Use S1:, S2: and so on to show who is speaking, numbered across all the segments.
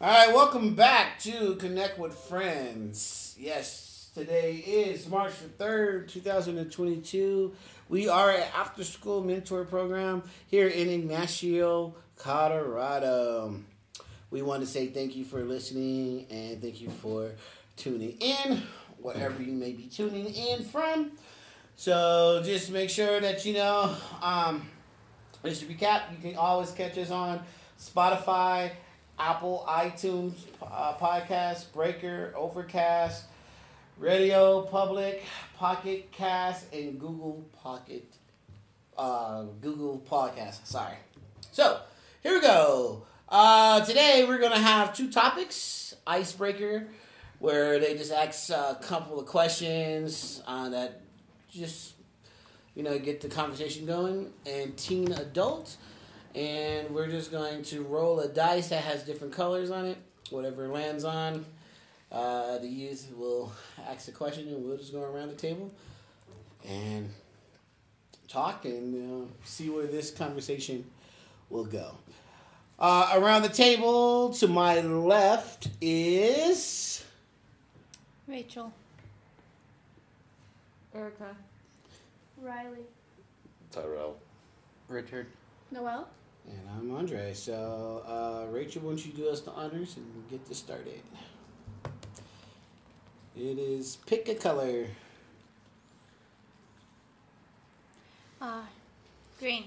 S1: All right, welcome back to Connect with Friends. Yes, today is March the 3rd, 2022. We are an after school mentor program here in Ignacio, Colorado. We want to say thank you for listening and thank you for tuning in, wherever you may be tuning in from. So just make sure that you know, um, just to recap, you can always catch us on Spotify. Apple, iTunes, uh, Podcast, Breaker, Overcast, Radio Public, Pocket Cast, and Google Pocket, uh, Google Podcast. Sorry. So here we go. Uh, today we're gonna have two topics: icebreaker, where they just ask uh, a couple of questions uh, that just you know get the conversation going, and teen adult and we're just going to roll a dice that has different colors on it. Whatever lands on, uh, the youth will ask a question, and we'll just go around the table and talk and uh, see where this conversation will go. Uh, around the table to my left is
S2: Rachel.
S3: Erica.
S2: Riley.
S4: Tyrell.
S5: Richard.
S2: Noel.
S1: and I'm Andre. So uh, Rachel, why don't you do us the honors and get this started? It is pick a color.
S2: Uh, green.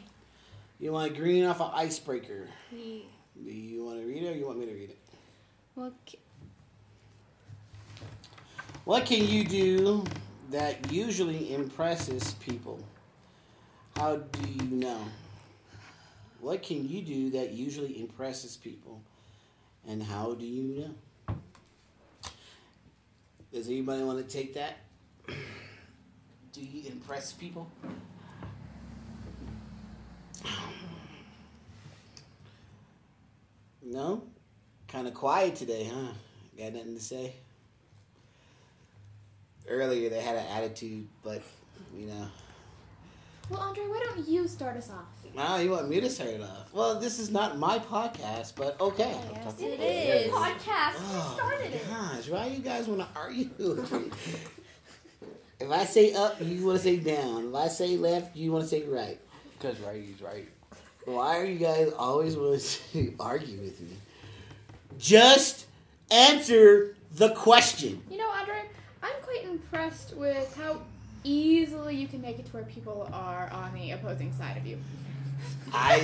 S1: You want green off an icebreaker.
S2: Ye-
S1: Do you want to read it or you want me to read it?
S2: Well, c-
S1: What can you do that usually impresses people? How do you know? What can you do that usually impresses people? And how do you know? Does anybody want to take that? do you impress people? No? Kind of quiet today, huh? Got nothing to say? earlier they had an attitude, but you know.
S6: Well, Andre, why don't you start us off?
S1: Now you want me to start it off? Well, this is not my podcast, but okay.
S2: yes,
S5: It
S2: it
S5: is.
S2: is.
S6: Podcast.
S3: Ah.
S1: Oh,
S6: you started it.
S1: gosh, why you guys want to argue? if I say up, you want to say down. If I say left, you want to say right.
S5: Because righty's right.
S1: Why are you guys always willing to argue with me? Just answer the question.
S6: You know, Andre, I'm quite impressed with how easily you can make it to where people are on the opposing side of you.
S1: I.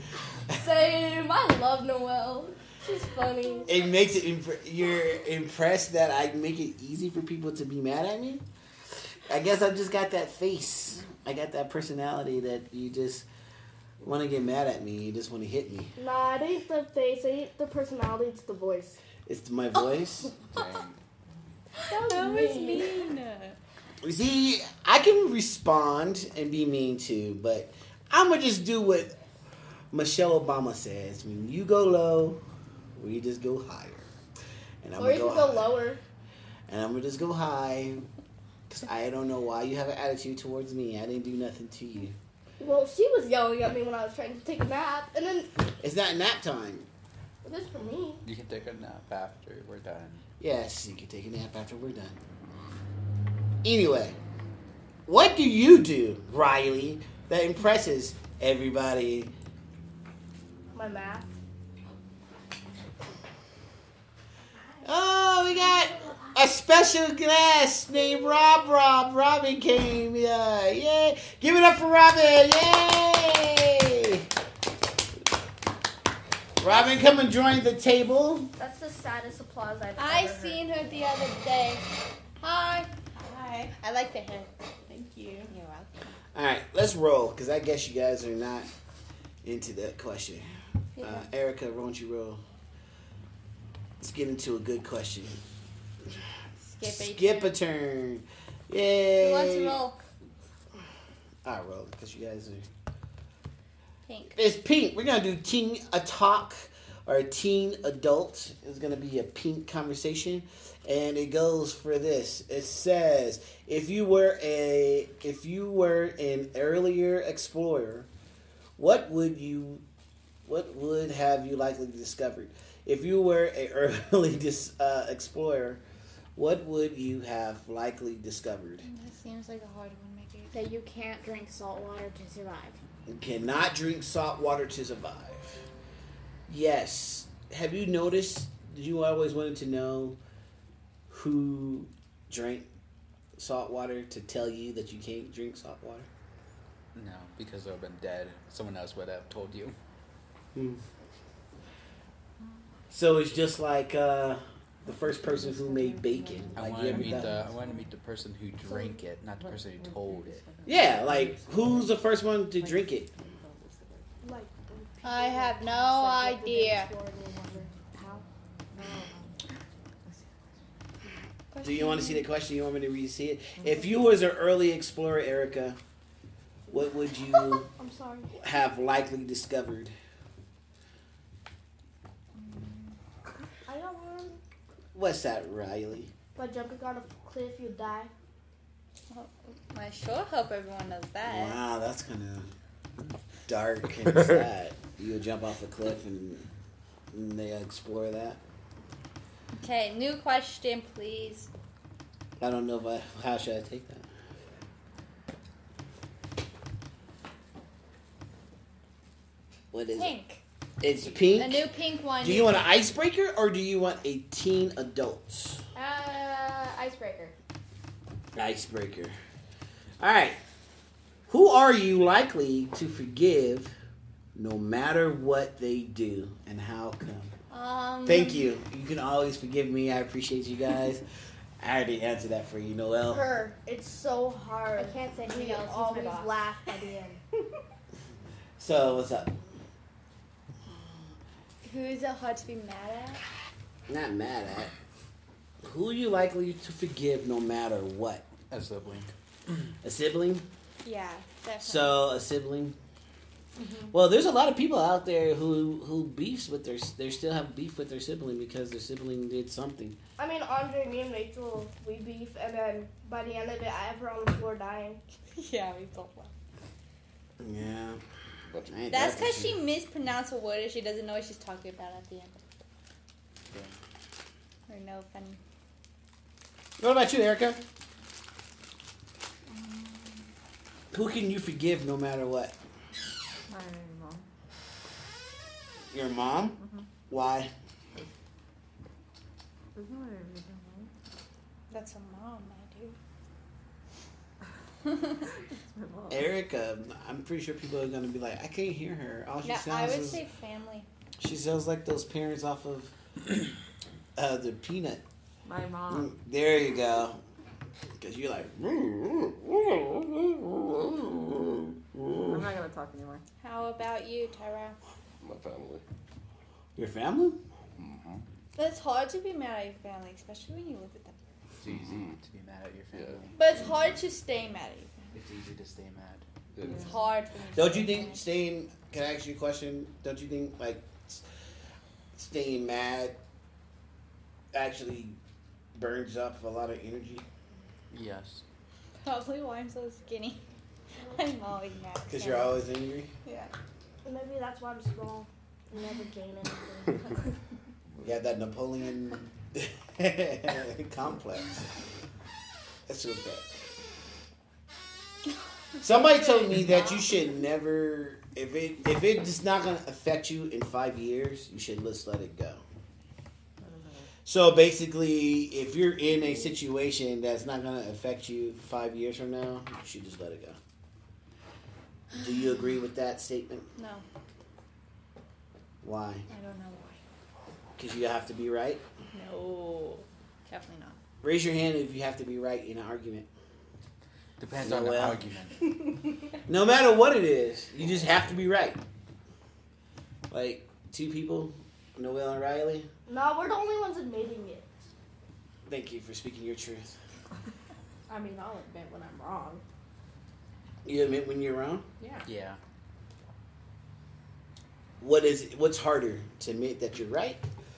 S3: Same. I love Noelle. She's funny.
S1: It makes it. Imp- you're impressed that I make it easy for people to be mad at me. I guess I just got that face. I got that personality that you just want to get mad at me. You just want to hit me.
S7: Nah, it ain't the face, it ain't the personality, it's the voice.
S1: It's my
S7: Oh.
S1: voice.
S5: Dang.
S3: That was mean.
S1: You See, I can respond and be mean too, but I'm gonna just do what Michelle Obama says: when you go low, we just go higher. And I'm
S7: or you can go
S1: higher.
S7: lower.
S1: and I'm gonna just go high because I don't know why you have an attitude towards me. I didn't do nothing to you.
S7: Well, she was yelling at me when I was trying to take a nap, and then
S1: It's not nap time.
S7: this is for me.
S5: You can take a nap after we're done.
S1: Yes, you can take a nap after we're done. Anyway, what do you do, Riley, that impresses everybody?
S7: My math.
S1: Oh, we got a special guest named Rob Rob. Robin came. Yeah, yay. Give it up for Robin. Yay. Robin, come and join the table.
S7: That's the saddest applause I've
S3: I seen her the other day. Hi.
S2: Hi.
S3: I like the hair. Thank you. You're welcome.
S1: All right, let's roll because I guess you guys are not into that question. Uh, Erica, why don't you roll? Let's get into a good question.
S3: Skip it.
S1: Skip a turn. Yay!
S3: Who wants to roll?
S1: I roll because you guys are.
S2: Pink.
S1: It's pink. We're gonna do teen a talk or a teen adult. It's gonna be a pink conversation, and it goes for this. It says, if you were a if you were an earlier explorer, what would you what would have you likely discovered? If you were an early dis, uh, explorer, what would you have likely discovered?
S2: That seems like a hard one, Mickey.
S6: That you can't drink salt water to survive.
S1: You cannot drink salt water to survive. Yes. Have you noticed? You always wanted to know who drank salt water to tell you that you can't drink salt water.
S5: No, because they would have been dead. Someone else would have told you.
S1: So it's just like uh, the first person who made bacon.
S5: I
S1: Like,
S5: want to
S1: you ever
S5: meet
S1: done-
S5: the. I want to meet the person who drank it, not the person who told it.
S1: Yeah, like who's the first one to drink it?
S2: Oh, I have no idea.
S1: Do you want to see the question? You want me to re see it? If you was an early explorer, Erica, what would you
S7: I'm sorry.
S1: have likely discovered?
S7: I don't remember.
S1: What's that, Riley?
S7: By jumping on a cliff, you die.
S2: I sure hope everyone knows that.
S1: Wow, that's kind of dark and sad. You'll jump off a cliff and, and they explore that.
S2: Okay, new question, please.
S1: I don't know if I, how should I take that. What is it?
S2: Pink.
S1: It's pink.
S2: A new pink one.
S1: do you want an icebreaker or do you want a teen adults
S6: Uh, icebreaker.
S1: icebreaker? All right. Who are you likely to forgive no matter what they do and how come?
S2: Um,
S1: Thank you. You can always forgive me. I appreciate you guys. I already answered that for you, Noel.
S7: Her. It's so
S3: I
S7: hard.
S3: can't say
S7: We
S3: anything else. He's
S7: always
S3: my boss.
S7: laugh at the end.
S1: So what's up?
S2: Who is it hard to be mad at?
S1: Not mad at. Who are you likely to forgive no matter what?
S5: A sibling.
S1: A sibling?
S2: Yeah, definitely. Mm-hmm.
S1: So a sibling. Well, there's a lot of people out there who who beefs with their they still have beef with their sibling because their sibling did something.
S7: I mean, Andre, me and Rachel, we beef, and then by the end of it, I have her on the floor dying.
S2: yeah, we both laugh.
S1: Yeah.
S2: That's because she mispronounced a word and she doesn't know what she's talking about at the end. Or no funny.
S1: What about you, Erica? Who can you forgive no matter what?
S4: My mom. Mm-hmm.
S1: Your mom? Why?
S4: Isn't it original?
S2: That's a mom, I do.
S4: It's my mom.
S1: Erica, I'm pretty sure people are gonna be like, I can't hear her. All she
S2: no, I
S1: sounds
S2: would
S1: is,
S2: say family.
S1: she sounds like those parents off of uh, the peanut. Mm,
S4: My mom.
S1: There you go. Cause you're like,
S4: I'm not gonna talk anymore.
S2: How about you, Tyra?
S8: My family.
S1: your family?
S2: It's hard to be mad at your family, especially when you live with them.
S5: It's easy to be mad at your family.
S2: But it's hard to stay mad at you.
S5: It's easy to stay mad.
S8: It-
S2: It's hard for me. to
S1: Don't
S2: stay
S1: you think
S2: mad.
S1: staying? Can I ask you a question? Don't you think like s- staying mad actually burns up a lot of energy?
S5: Yes.
S2: Probably why I'm so skinny. I'm always mad. at
S1: Cause
S2: family.
S1: you're always angry.
S2: Yeah.
S7: Maybe that's why I'm small. I never gain anything.
S1: You have that Napoleon complex. That's what's bad. Somebody told me that you should never, if it if it's not gonna affect you in five years, you should just let it go. So basically, if you're in a situation that's not gonna affect you five years from now, you should just let it go. Do you agree with that statement?
S2: No,
S1: Why?
S2: I don't know why.
S1: Because you have to be right.
S2: No, definitely not.
S1: Raise your hand if you have to be right in an argument.
S5: Depends
S1: No,
S5: on the
S1: well.
S5: argument.
S1: No matter what it is, you just have to be right. Like two people, Noel and Riley.
S7: no, we're the only ones admitting it.
S1: Thank you for speaking your truth.
S4: I mean, I'll admit when I'm wrong.
S1: You admit when you're wrong.
S4: Yeah.
S5: Yeah.
S1: What is what's harder to admit that you're right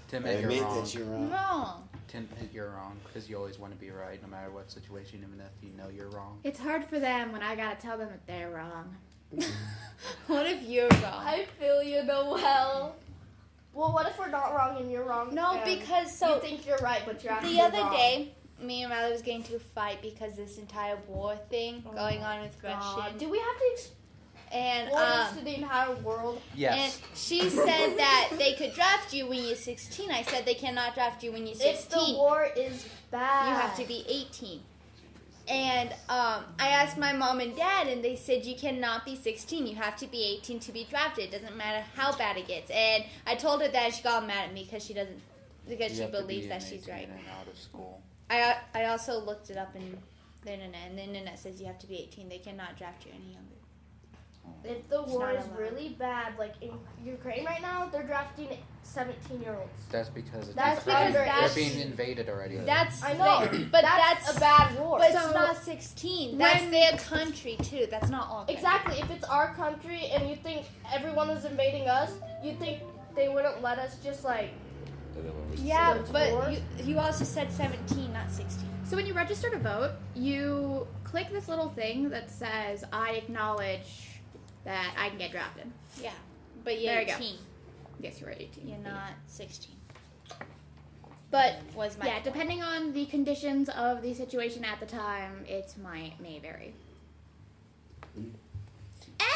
S5: To
S1: or
S5: admit you're
S1: admit
S5: wrong.
S1: that you're wrong?
S2: Wrong.
S5: To admit you're wrong, because you always want to be right, no matter what situation, even if you know you're wrong.
S6: It's hard for them when I gotta tell them that they're wrong.
S2: What if you're wrong?
S7: I feel you, Noel. Well, what if we're not wrong and you're wrong?
S2: No,
S7: and
S2: because so
S7: you think you're right, but you're actually
S2: the other
S7: wrong.
S2: day, me and Riley was getting to a fight because this entire war thing
S7: Oh
S2: going on with
S7: God.
S2: Russia,
S7: Do we have to
S2: and
S7: explore
S2: um,
S7: this to the entire world?
S5: Yes.
S2: And she said that they could draft you when you're 16. I said they cannot draft you when you're 16.
S7: If the war is bad,
S2: you have to be 18. And um, I asked my mom and dad, and they said you cannot be 16. You have to be 18 to be drafted. It doesn't matter how bad it gets. And I told her that and she got mad at me because she doesn't, because
S5: You
S2: she
S5: have to
S2: believes
S5: be
S2: that
S5: an
S2: she's
S5: 18
S2: right.
S5: And out of school.
S2: I I also looked it up in the internet, and the internet says you have to be 18. They cannot draft you any younger.
S7: If the
S2: It's
S7: war
S2: not
S7: is
S2: allowed.
S7: really bad, like in Ukraine right now, they're drafting 17 year olds.
S5: That's because it's
S7: That's
S2: because
S5: invaded. they're
S2: that's-
S5: being invaded already.
S2: That's
S7: I know,
S2: they- but that's,
S7: That's a bad war.
S2: But
S6: So-
S2: it's not 16. That's
S6: When-
S2: their country too. That's not all. countries.
S7: exactly. If it's our country and you think everyone is invading us, you think they wouldn't let us just like.
S2: Yeah,
S7: It's
S2: but
S7: four.
S2: you, you also said 17, not 16.
S6: So when you register to vote, you click this little thing that says "I acknowledge that I can get drafted."
S2: Yeah, but you're
S6: There you go.
S2: 18.
S6: Yes, you're at 18.
S2: You are not 16.
S6: But
S2: Was my
S6: yeah, depending on the conditions of the situation at the time, it might may vary.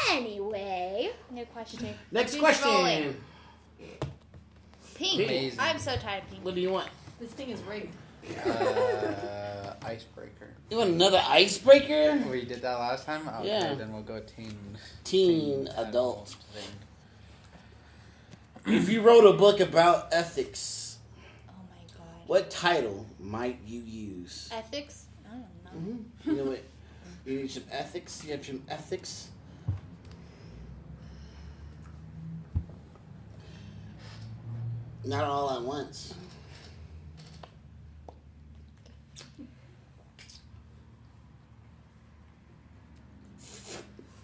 S6: Anyway,
S2: new question.
S1: Next
S2: Keep
S1: question.
S2: rolling. Pink.
S5: Amazing.
S2: I'm so tired of pink.
S1: What do you want?
S4: This thing is rigged.
S5: uh, icebreaker.
S1: You want another icebreaker?
S5: We did that last time. Okay,
S1: Yeah.
S5: Then we'll go teen.
S1: Teen
S5: animal
S1: adult.
S5: thing.
S1: If you wrote a book about ethics,
S2: Oh my god.
S1: what title might you use?
S2: Ethics? I don't know.
S1: Mm-hmm. You know what? You need some ethics. You have some ethics. Not all at once.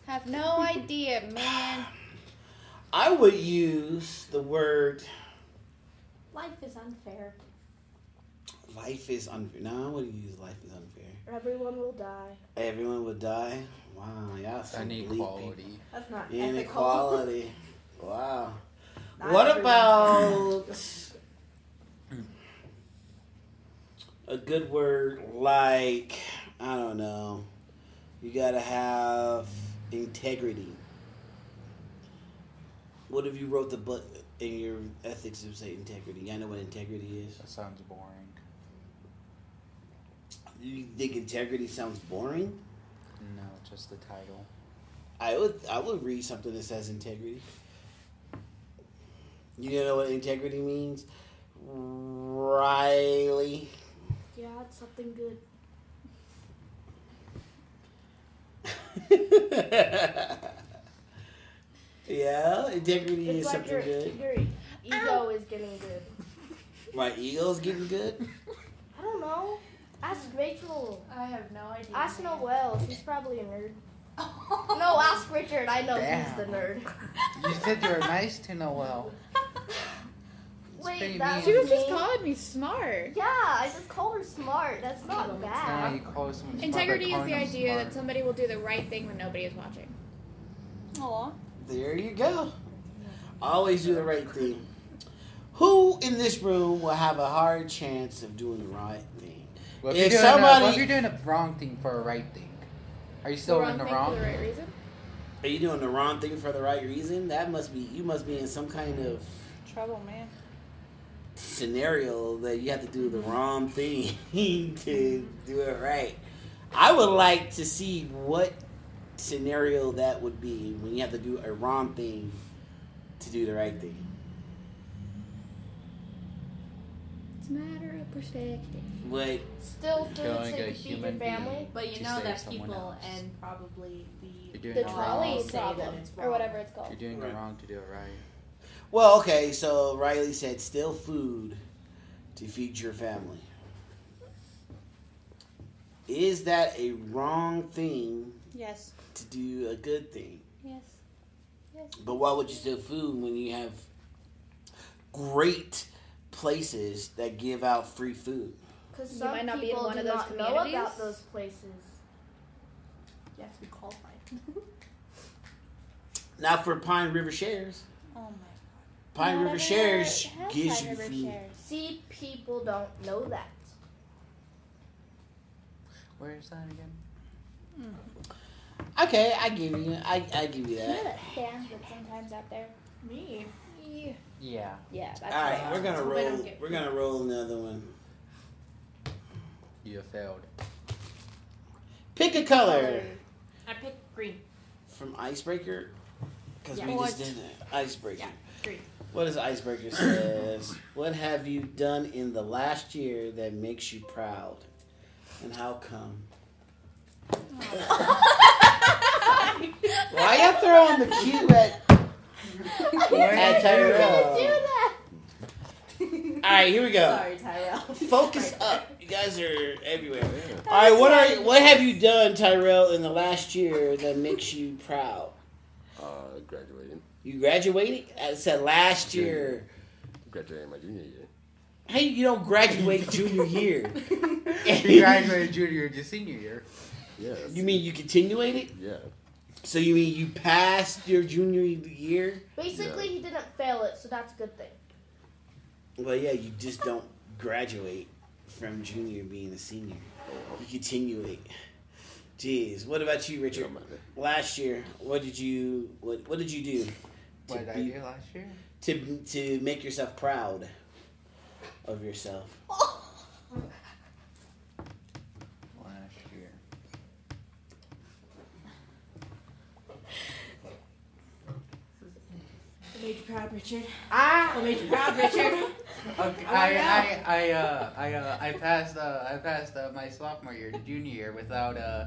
S2: Have no idea, man.
S1: I would use the word
S7: Life is unfair.
S1: "life is unfair." No, I wouldn't use "life is unfair."
S7: Everyone will die.
S1: Everyone would die. Wow, y'all some bleak people.
S5: Inequality.
S4: That's not ethical.
S1: Inequality. wow.
S4: Not
S1: what
S4: everyone.
S1: about a good word like I don't know. You gotta have integrity. What if you wrote the book in your ethics and say integrity? I know what integrity is.
S5: That sounds boring.
S1: You think integrity sounds boring?
S5: No, just the title.
S1: I would I would read something that says integrity. You know what integrity means, Riley.
S7: Yeah, it's something good.
S1: yeah, integrity is
S7: it's like
S1: something
S7: your,
S1: good.
S7: your ego is getting good.
S1: My ego's getting good.
S7: I don't know. Ask Rachel.
S3: I have no idea.
S7: Ask Noel. She's probably a nerd. No, ask Richard. I know he's the
S5: Damn.
S7: nerd.
S5: You said you were nice to Noel. It's pretty
S7: Wait, that's
S6: she
S5: mean.
S6: was just
S7: Me?
S6: calling me smart.
S7: Yeah, I just called her smart. That's not
S5: Now
S7: bad.
S5: you call someone smart by
S6: Integrity is
S5: calling
S6: the
S5: them
S6: idea
S5: smart.
S6: that somebody will do the right thing when nobody is watching.
S2: Aw.
S1: There you go. Always do the right thing. Who in this room will have a hard chance of doing the right thing?
S5: Well,
S1: If
S5: if, you're doing a, well,
S1: somebody-
S5: if you're doing a wrong thing for a right thing, are you still in the
S6: thing
S5: wrong?
S6: for the right reason.
S1: Are you doing the wrong thing for the right reason? That must be you must be in some kind of
S2: Trouble, man.
S1: scenario that you have to do the wrong thing to do it right. I would like to see what scenario that would be when you have to do a wrong thing to do the right thing.
S6: It's a matter of perspective.
S1: What
S7: Still food so
S5: Killing
S7: you
S5: a
S7: can feed your
S5: human
S7: family.
S5: being.
S4: But
S5: To
S4: you know
S5: save
S4: that
S5: someone
S4: people
S5: else.
S4: and probably
S5: You're
S4: the
S5: doing
S7: The
S5: it
S7: trolley
S5: wrong.
S4: say
S7: problem,
S4: that it's
S2: Or
S4: wrong.
S2: whatever it's called.
S5: You're doing
S1: Right.
S5: it wrong to do it right.
S1: well, okay, so Riley said still food to feed your family. Is that a wrong thing
S2: Yes.
S1: to do a good thing?
S2: Yes.
S1: But why would you steal food when you have great places that give out free food?
S7: Because
S6: You
S7: some
S6: might not be in
S7: people
S6: one
S7: do
S6: of those
S7: not know about
S6: communities.
S7: those places.
S4: You have to be qualified.
S1: Not for Pine River Shares.
S2: Oh my.
S1: Pine
S3: Not
S1: River
S3: everywhere
S1: Shares
S3: has
S1: gives
S3: Pine
S1: you
S3: River
S1: food.
S3: Shares.
S7: See, people don't know that.
S5: Where is that again?
S1: Okay, I give you. I, I give you
S3: You know
S1: that.
S3: that stands that sometimes out there.
S4: Me.
S5: Yeah.
S3: Yeah, that's
S1: All right, we're gonna
S4: Hope I don't
S1: roll.
S4: get-
S1: We're gonna roll another one.
S5: You have failed.
S1: Pick a color
S4: I picked green.
S1: from Icebreaker, because
S4: Yeah.
S1: we
S4: What?
S1: just did it. Icebreaker.
S4: Yeah, green.
S1: What does Icebreaker says? what have you done in the last year that makes you proud, and how come? Why you throwing the cue at, at Tyrell? All right, here we go.
S4: Sorry, Tyrell.
S1: Focus up. You guys are everywhere. All right, what are what have you done, Tyrell, in the last year that makes you proud?
S8: Uh, graduating.
S1: You graduated. I said last year.
S8: Graduating my junior year.
S1: Hey, you don't graduate junior year.
S5: you graduated junior year to senior year.
S8: Yeah.
S1: You mean you continuated?
S8: Yeah.
S1: So you mean you passed your junior year?
S7: Basically, he didn't fail it, so that's a good thing.
S1: Well, yeah, you just don't graduate from junior being a senior. You continuate. Jeez, what about you,
S8: Yeah,
S1: Richard?
S8: my bad.
S1: Last year, what did you what What did you do to
S5: What did I
S1: be-
S5: do last year?
S1: to to make yourself proud of yourself?
S5: Last year.
S4: What made you proud, Richard?
S5: Ah!
S4: What made you proud, Richard?
S5: Okay, I, I, I, uh, I, uh, I passed, uh, I passed uh, my sophomore year to junior year without, uh,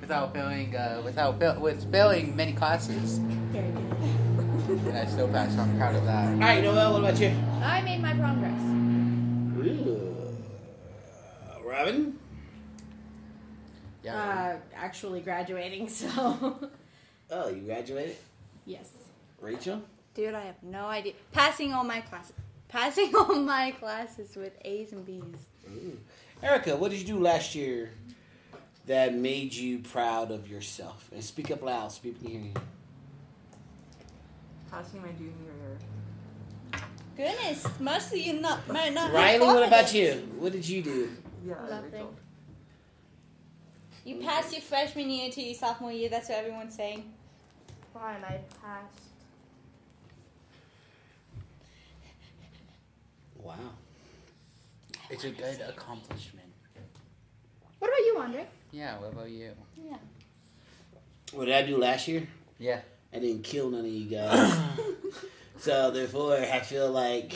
S5: without failing, uh, without fail, with failing many classes,
S4: Very good.
S5: and I still passed. So I'm proud of that.
S1: All right, Noel, what about you?
S2: I made my progress.
S1: Ooh. Robin.
S5: Yeah.
S4: Uh, actually graduating, so.
S1: Oh, you graduated.
S4: yes.
S1: Rachel.
S3: Dude, I have no idea. Passing all my classes. Passing all my classes with A's and B's.
S1: Ooh. Erica, what did you do last year that made you proud of yourself? And speak up loud so people can hear you.
S9: Passing my junior year.
S3: Goodness, mostly you not might not. have
S1: Riley,
S3: thought
S1: what
S3: of
S1: about
S3: it.
S1: you? What did you do?
S9: Yeah,
S3: Nothing.
S9: Rachel.
S3: You passed your freshman year to your sophomore year. That's what everyone's saying.
S7: Fine, I passed.
S1: Wow.
S4: Uh,
S5: It's a good accomplishment.
S6: What about you, Andre?
S5: Yeah. What about you?
S1: What did I do last year?
S5: Yeah.
S1: I didn't kill none of you guys. so therefore, I feel like.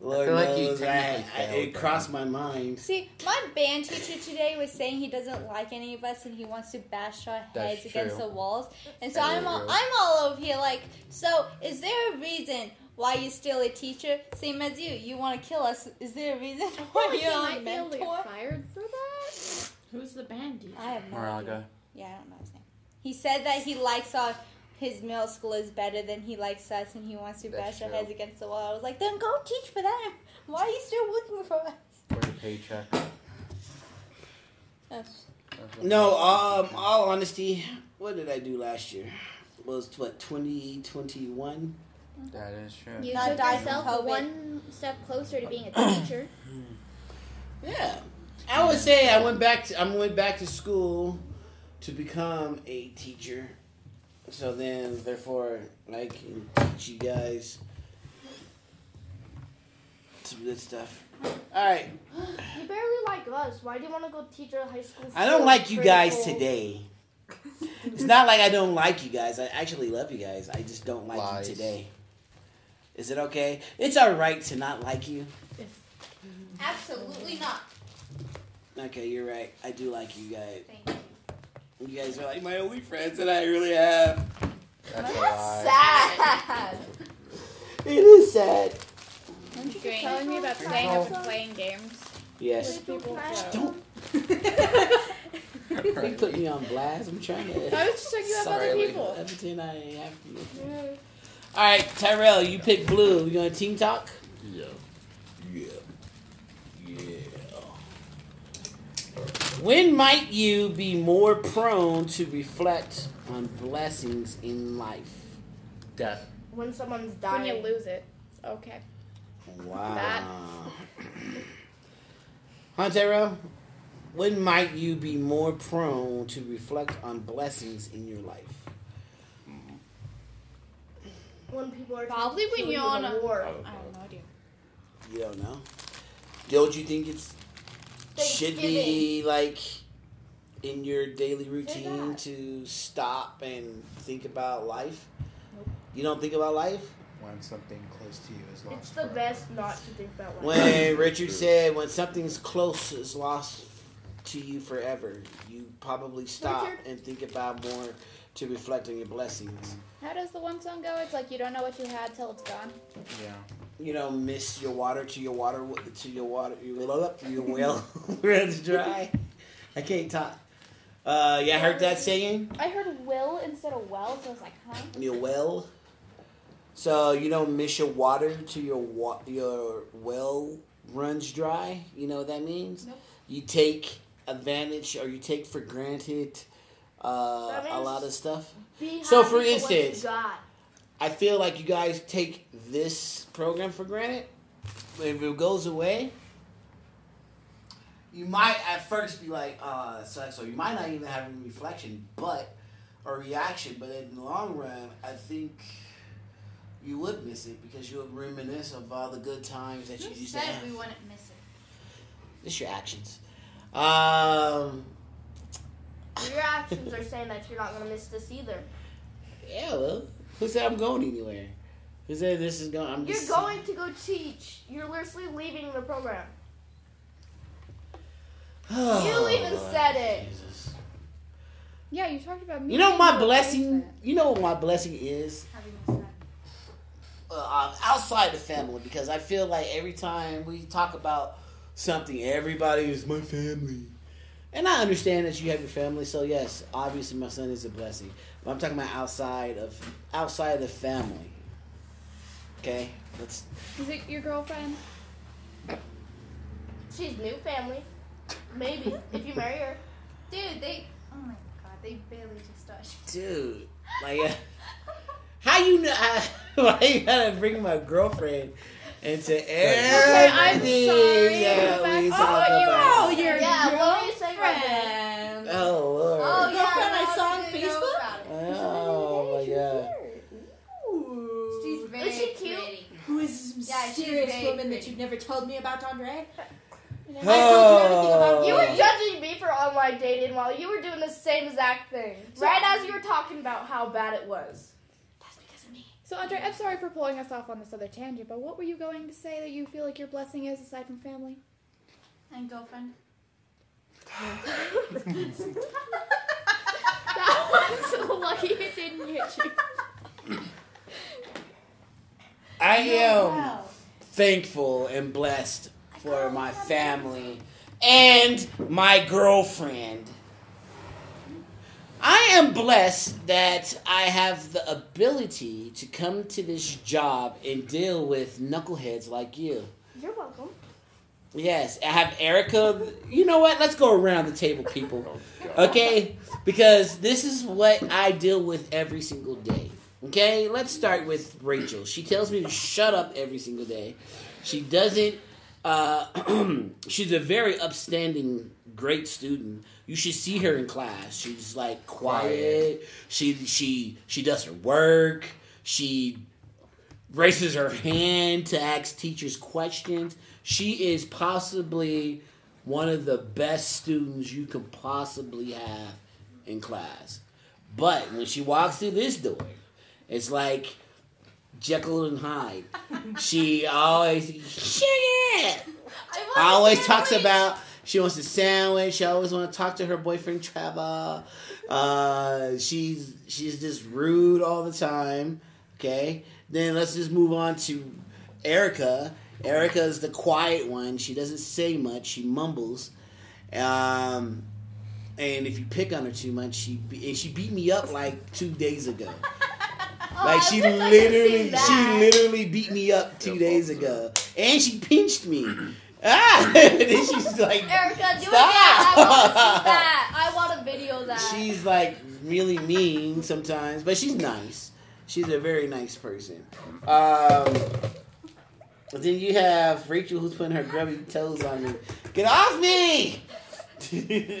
S1: Lord
S5: feel like you
S1: knows, I,
S5: technically
S1: I,
S5: failed,
S1: it
S5: though.
S1: crossed my mind.
S3: See, my band teacher today was saying he doesn't like any of us and he wants to bash our
S5: That's
S3: heads against
S5: true.
S3: the walls. And so
S5: That is
S3: I'm all,
S5: real.
S3: I'm all over here like, so is there a reason why you're still a teacher? Same as you, you want to kill us. Is there a reason why
S6: he
S3: you're a
S6: might be able to
S3: mentor?
S6: get fired for that.
S4: Who's the bandit?
S3: I have no idea.
S5: Moraga.
S3: Yeah, I don't know his name. He said that he likes our his middle school is better than he likes us, and he wants to
S5: That's
S3: bash our
S5: true.
S3: heads against the wall. I was like, then go teach for them. Why are you still working for us?
S5: For the paycheck.
S3: That's-
S5: That's what-
S1: No, um, all honesty, what did I do last year? Was what twenty twenty one?
S5: That is true.
S3: You
S2: You
S3: Not
S2: took
S3: die
S2: yourself
S3: from COVID.
S2: one step closer to being a teacher.
S1: Yeah, I would say I went back. To, I went back to school to become a teacher. So then, therefore, I can teach you guys some good stuff. All right,
S7: You barely like us. Why do you want to go teach at high school?
S1: I don't
S7: for
S1: like you
S7: grade
S1: guys
S7: school?
S1: today. It's not like I don't like you guys. I actually love you guys. I just don't like
S5: Lies.
S1: you today. Is it okay? It's all right to not like you.
S3: Absolutely not.
S1: Okay, you're right. I do like you guys.
S3: Thank you.
S1: You guys are like my only friends that I really have.
S5: That's a lie.
S3: Sad.
S1: It is sad.
S6: You keep telling me about staying up and playing games.
S1: Yes.
S6: People,
S1: Just don't they
S5: Right.
S1: put me on blast. I'm trying
S6: I
S1: to.
S6: was just talking about
S5: Sorry,
S6: other
S5: Lee.
S6: people.
S1: Everything I have to do.
S7: Mm.
S1: All right, Tyrell, you pick blue. You gonna team talk?
S8: Yeah.
S1: Yeah. Yeah. When might you be more prone to reflect on blessings in life?
S5: Death.
S7: when someone's
S6: When
S7: dying.
S6: you lose it. Okay.
S1: Wow.
S6: That-
S1: Hontero, when might you be more prone to reflect on blessings in your life?
S7: when people are
S6: Probably when
S7: killing
S6: you're
S7: with
S6: on a-
S7: war.
S8: I don't
S4: I
S8: know.
S4: have no idea.
S1: You don't know. Don't you think it's should be like in your daily routine
S7: not.
S1: to stop and think about life? You don't think about life?
S9: when something close to you is lost.
S7: It's the
S9: forever.
S7: best not to think about life.
S1: When Richard said, when something's close is lost to you forever, you probably stop
S7: Richard?
S1: and think about more to reflect on your blessings.
S6: How does the one song go? It's like you don't know what you had till it's gone.
S9: Yeah.
S1: You know, miss your water to your water to your water you well up your well where it's dry. I can't talk. Uh, yeah, I heard that saying.
S6: I heard will instead of well, so I was like, huh?
S1: Your well. So you don't miss your water to your wa- your well runs dry. You know what that means?
S6: Nope.
S1: You take advantage or you take for granted uh,
S7: That
S1: a
S7: means-
S1: lot of stuff.
S7: Be
S1: So,
S7: happy
S1: for
S7: with what you
S1: instance-
S7: got.
S1: I feel like you guys take this program for granted. If it goes away, you might at first be like, uh, that sucks. Or you might not even have any reflection, but, or reaction. But in the long run, I think you would miss it because you would reminisce of all the good times that you
S4: Who
S1: used to
S4: said
S1: have.
S4: we wouldn't miss it?
S1: It's your actions. Um,
S7: Your actions are saying that you're not gonna miss this either.
S1: yeah, well, who said I'm going anywhere? Who said this is going? I'm
S7: You're
S1: just-
S7: going to go teach. You're literally leaving the program.
S1: Oh,
S7: You even
S1: Lord
S7: said it.
S1: Jesus.
S6: Yeah, you talked about me.
S1: You know
S6: being
S1: my
S6: able to
S1: blessing.
S6: face
S1: You know what my blessing is
S4: How do we miss that?
S1: uh, um, outside the family because I feel like every time we talk about something, everybody is my family, and I understand that you have your family. So yes, obviously my son is a blessing, but I'm talking about outside of outside of the family. Okay, let's.
S6: that. Is it your girlfriend?
S7: She's new family. Maybe if you marry her.
S3: Dude, they. Oh my god, they barely just touched.
S1: dude. Like, uh, how you know? I, why you gotta bring my girlfriend into
S6: I'm
S1: everything
S6: sorry.
S1: that we
S6: Back-
S1: talk
S6: Oh, you
S1: about?
S6: Oh, your
S7: yeah, what were you saying about that?
S4: Um,
S3: Friend.
S1: Oh lord!
S7: Oh, yeah.
S3: Girlfriend I
S7: no,
S3: saw on
S7: you know
S3: Facebook?
S7: about it.
S1: Oh, my god!
S3: She's very
S7: Is she cute?
S3: pretty.
S4: Who is this
S3: Yeah, she's
S4: mysterious
S3: very
S4: woman that
S3: pretty.
S4: you've never told me about, Andre?
S1: Oh.
S4: I told
S7: You
S4: you
S7: were
S1: Uh,
S4: everything about
S7: judging me for online dating while you were doing the same exact thing. Right as you were talking about how bad it was.
S6: So Andre, I'm sorry for pulling us off on this other tangent, but what were you going to say that you feel like your blessing is aside from family?
S3: And girlfriend.
S6: That was lucky it didn't hit you.
S1: I am thankful and blessed for my family and my girlfriend. I am blessed that I have the ability to come to this job and deal with knuckleheads like you.
S7: You're welcome.
S1: Yes, I have Erica. You know what? Let's go around the table, people.
S8: Oh, God.
S1: Okay? Because this is what I deal with every single day. Okay? Let's start with Rachel. She tells me to shut up every single day. She doesn't uh, she's a very upstanding great student. You should see her in class. She's like quiet. She she she does her work. She raises her hand to ask teachers questions. She is possibly one of the best students you could possibly have in class. But when she walks through this door, it's like Jekyll and Hyde. She always shut it. Always talks about she wants a sandwich. She always want to talk to her boyfriend Trevor. Uh, she's she's just rude all the time. Okay, then let's just move on to Erica. Erica is the quiet one. She doesn't say much. She mumbles. Um, and if you pick on her too much, she be- and she beat me up like two days ago.
S7: Oh,
S1: like she literally, she literally beat me up two
S8: Yeah,
S1: days
S8: well,
S1: ago, and she pinched me. ah, and then she's like,
S7: Erica, do it again. I want to see
S1: stop.
S7: that. I want a video of that.
S1: She's like really mean sometimes, but she's nice. She's a very nice person. Um, then you have Rachel who's putting her grubby toes on me. Get off me!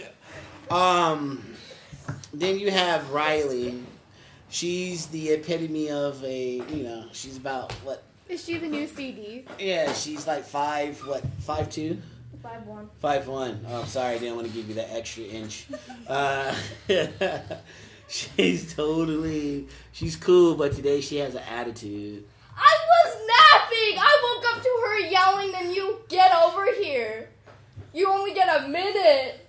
S1: um, then you have Riley. She's the epitome of a, you know, she's about what?
S6: Is she the new CD?
S1: Yeah, she's like five, what, five two?
S7: Five one.
S1: Five one. Oh, I'm sorry, I didn't want to give you that extra inch. Uh, she's totally, she's cool, but today she has an attitude.
S7: I was napping. I woke up to her yelling, and you get over here. You only get a minute.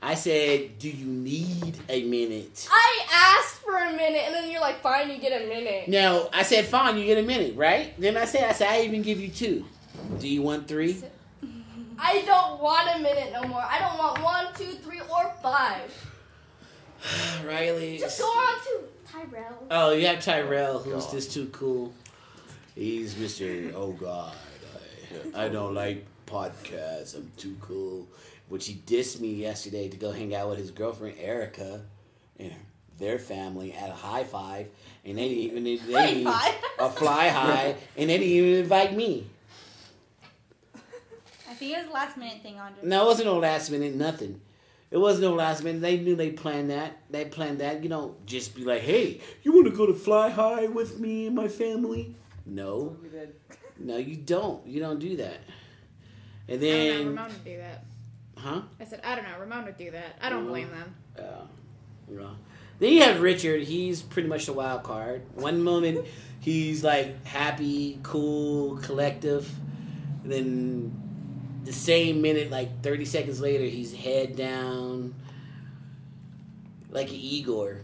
S1: I said, "Do you need a minute?"
S7: I asked for a minute, and then you're like, fine, you get a minute.
S1: Now I said, "Fine, you get a minute, right?" Then I said, "I said I even give you two. Do you want three?
S7: I don't want a minute no more. I don't want one, two, three, or five.
S1: Riley.
S7: Just go on to Tyrell.
S1: Oh, you have Tyrell, who's
S8: God.
S1: just too cool. He's Mister. Oh God, I, I don't like podcasts. I'm too cool. Which he dissed me yesterday to go hang out with his girlfriend Erica and their family at a high five, and they didn't even they, they didn't-
S3: High
S1: a fly high, and they didn't even invite me.
S3: I think it was a last minute thing, Andre.
S1: No, it wasn't no last minute nothing. It wasn't no last minute. They knew they planned that. They planned that. You don't just be like, hey, you want to go to Fly High with me and my family? No,
S5: We did.
S1: no, you don't. You don't do that. And
S6: I don't know.
S1: then,
S6: Ramon would do that.
S1: huh?
S6: I said, I don't know. Ramon would do that. I don't blame them.
S1: Uh, no. Then you have Richard. He's pretty much the wild card. One moment he's like happy, cool, collective. And then the same minute, like 30 seconds later, he's head down like an Igor.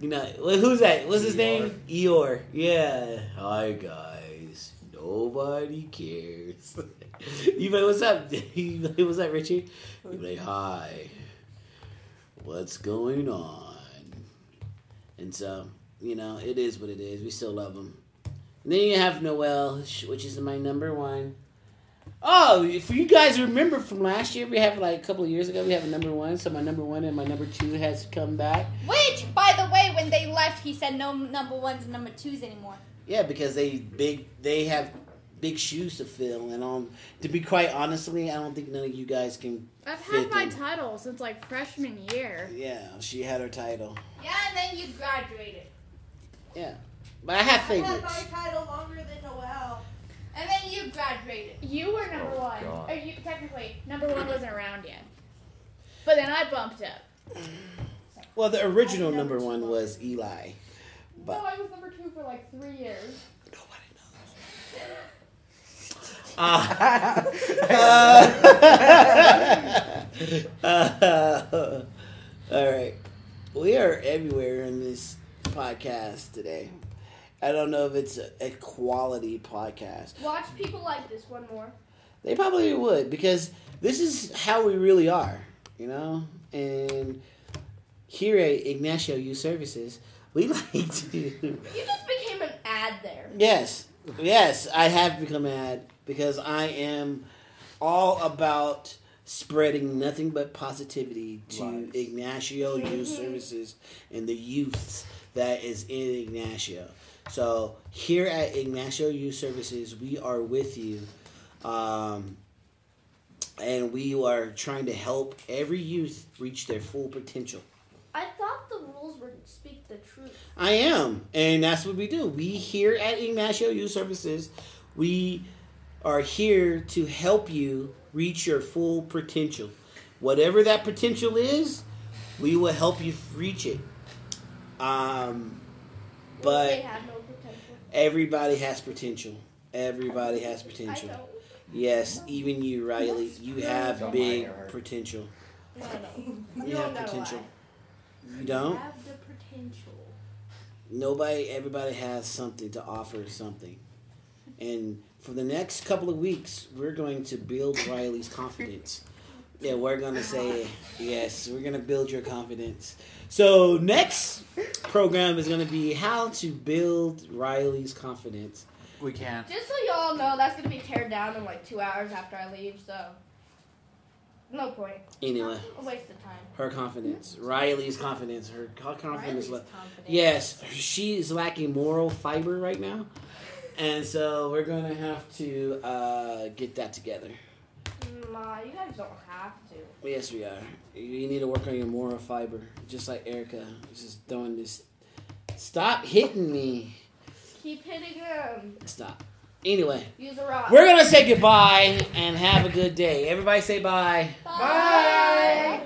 S1: You know, wh- who's that? What's his
S5: Eeyore.
S1: name? Eeyore. Yeah. Hi, guys. Nobody cares. you like, what's up? You like, what's up, Richard? You like, hi. What's going on? And so, you know, it is what it is. We still love him. And then you have Noel, sh- which is my number one. Oh, if you guys remember from last year, we have like a couple of years ago, we have a number one. So my number one and my number two has come back.
S3: Which, by the way, when they left, he said no number ones and number twos anymore.
S1: Yeah, because they big they have big shoes to fill, and um, to be quite honestly, I don't think none of you guys can.
S6: I've had my
S1: Fifty.
S6: title since like freshman year.
S1: Yeah, she had her title,
S7: Yeah, and then you graduated.
S1: but I have
S7: I had
S1: favorites.
S7: my title longer than Noel. And then you graduated.
S6: You were number
S8: Oh,
S6: one.
S8: God.
S6: Or you technically number one wasn't around yet. But then I bumped up.
S1: Well, the original
S6: I had number
S1: number
S6: two
S1: one
S6: on
S1: was Eli. But-
S6: no, I was number two for like three years.
S1: Ah. Uh, all right. uh, We are everywhere in this podcast today. I don't know if it's a, a quality podcast.
S7: Watch people like this one more.
S1: They probably would because this is how we really are, you know? And here at Ignacio Youth Services, we like to.
S7: You just became an ad there.
S1: Yes, yes, I have become an ad because I am all about spreading nothing but positivity to
S5: Lives.
S1: Ignacio Youth Services and the youths that is in Ignacio. So here at Ignacio Youth Services, we are with you, um, and we are trying to help every youth reach their full potential.
S7: I thought the rules were speak the truth.
S1: I am, and that's what we do. We here at Ignacio Youth Services, we are here to help you reach your full potential. Whatever that potential is, we will help you reach it. Um,
S7: they
S1: but
S7: have no potential.
S1: everybody has potential. Everybody has
S7: I
S1: potential.
S7: know.
S1: Yes, even you, Riley. You have
S5: Don't lie
S1: big
S5: to her.
S1: potential.
S7: No, no.
S1: You have
S7: don't know
S1: potential. You
S4: You
S1: don't.
S4: have the potential.
S1: nobody everybody has something to offer something and for the next couple of weeks we're going to build riley's confidence yeah we're going to say yes we're going to build your confidence so next program is going to be how to build riley's confidence
S5: We can.
S7: Just so y'all know, that's gonna be tear down in like two hours after I leave. So No point.
S1: Anyway,
S7: A waste of time.
S1: her confidence, Riley's confidence, her co- confidence.
S4: Riley's
S1: le-
S4: confident.
S1: Yes, she's lacking moral fiber right now, and so we're gonna have to uh, get that together.
S7: Nah, you guys don't have to.
S1: Yes, we are. You need to work on your moral fiber, just like Erica. Just throwing this. Stop hitting me.
S7: Keep hitting them.
S1: Stop. Anyway,
S7: Use a rock.
S1: we're gonna say goodbye and have a good day. Everybody say bye.
S3: Bye.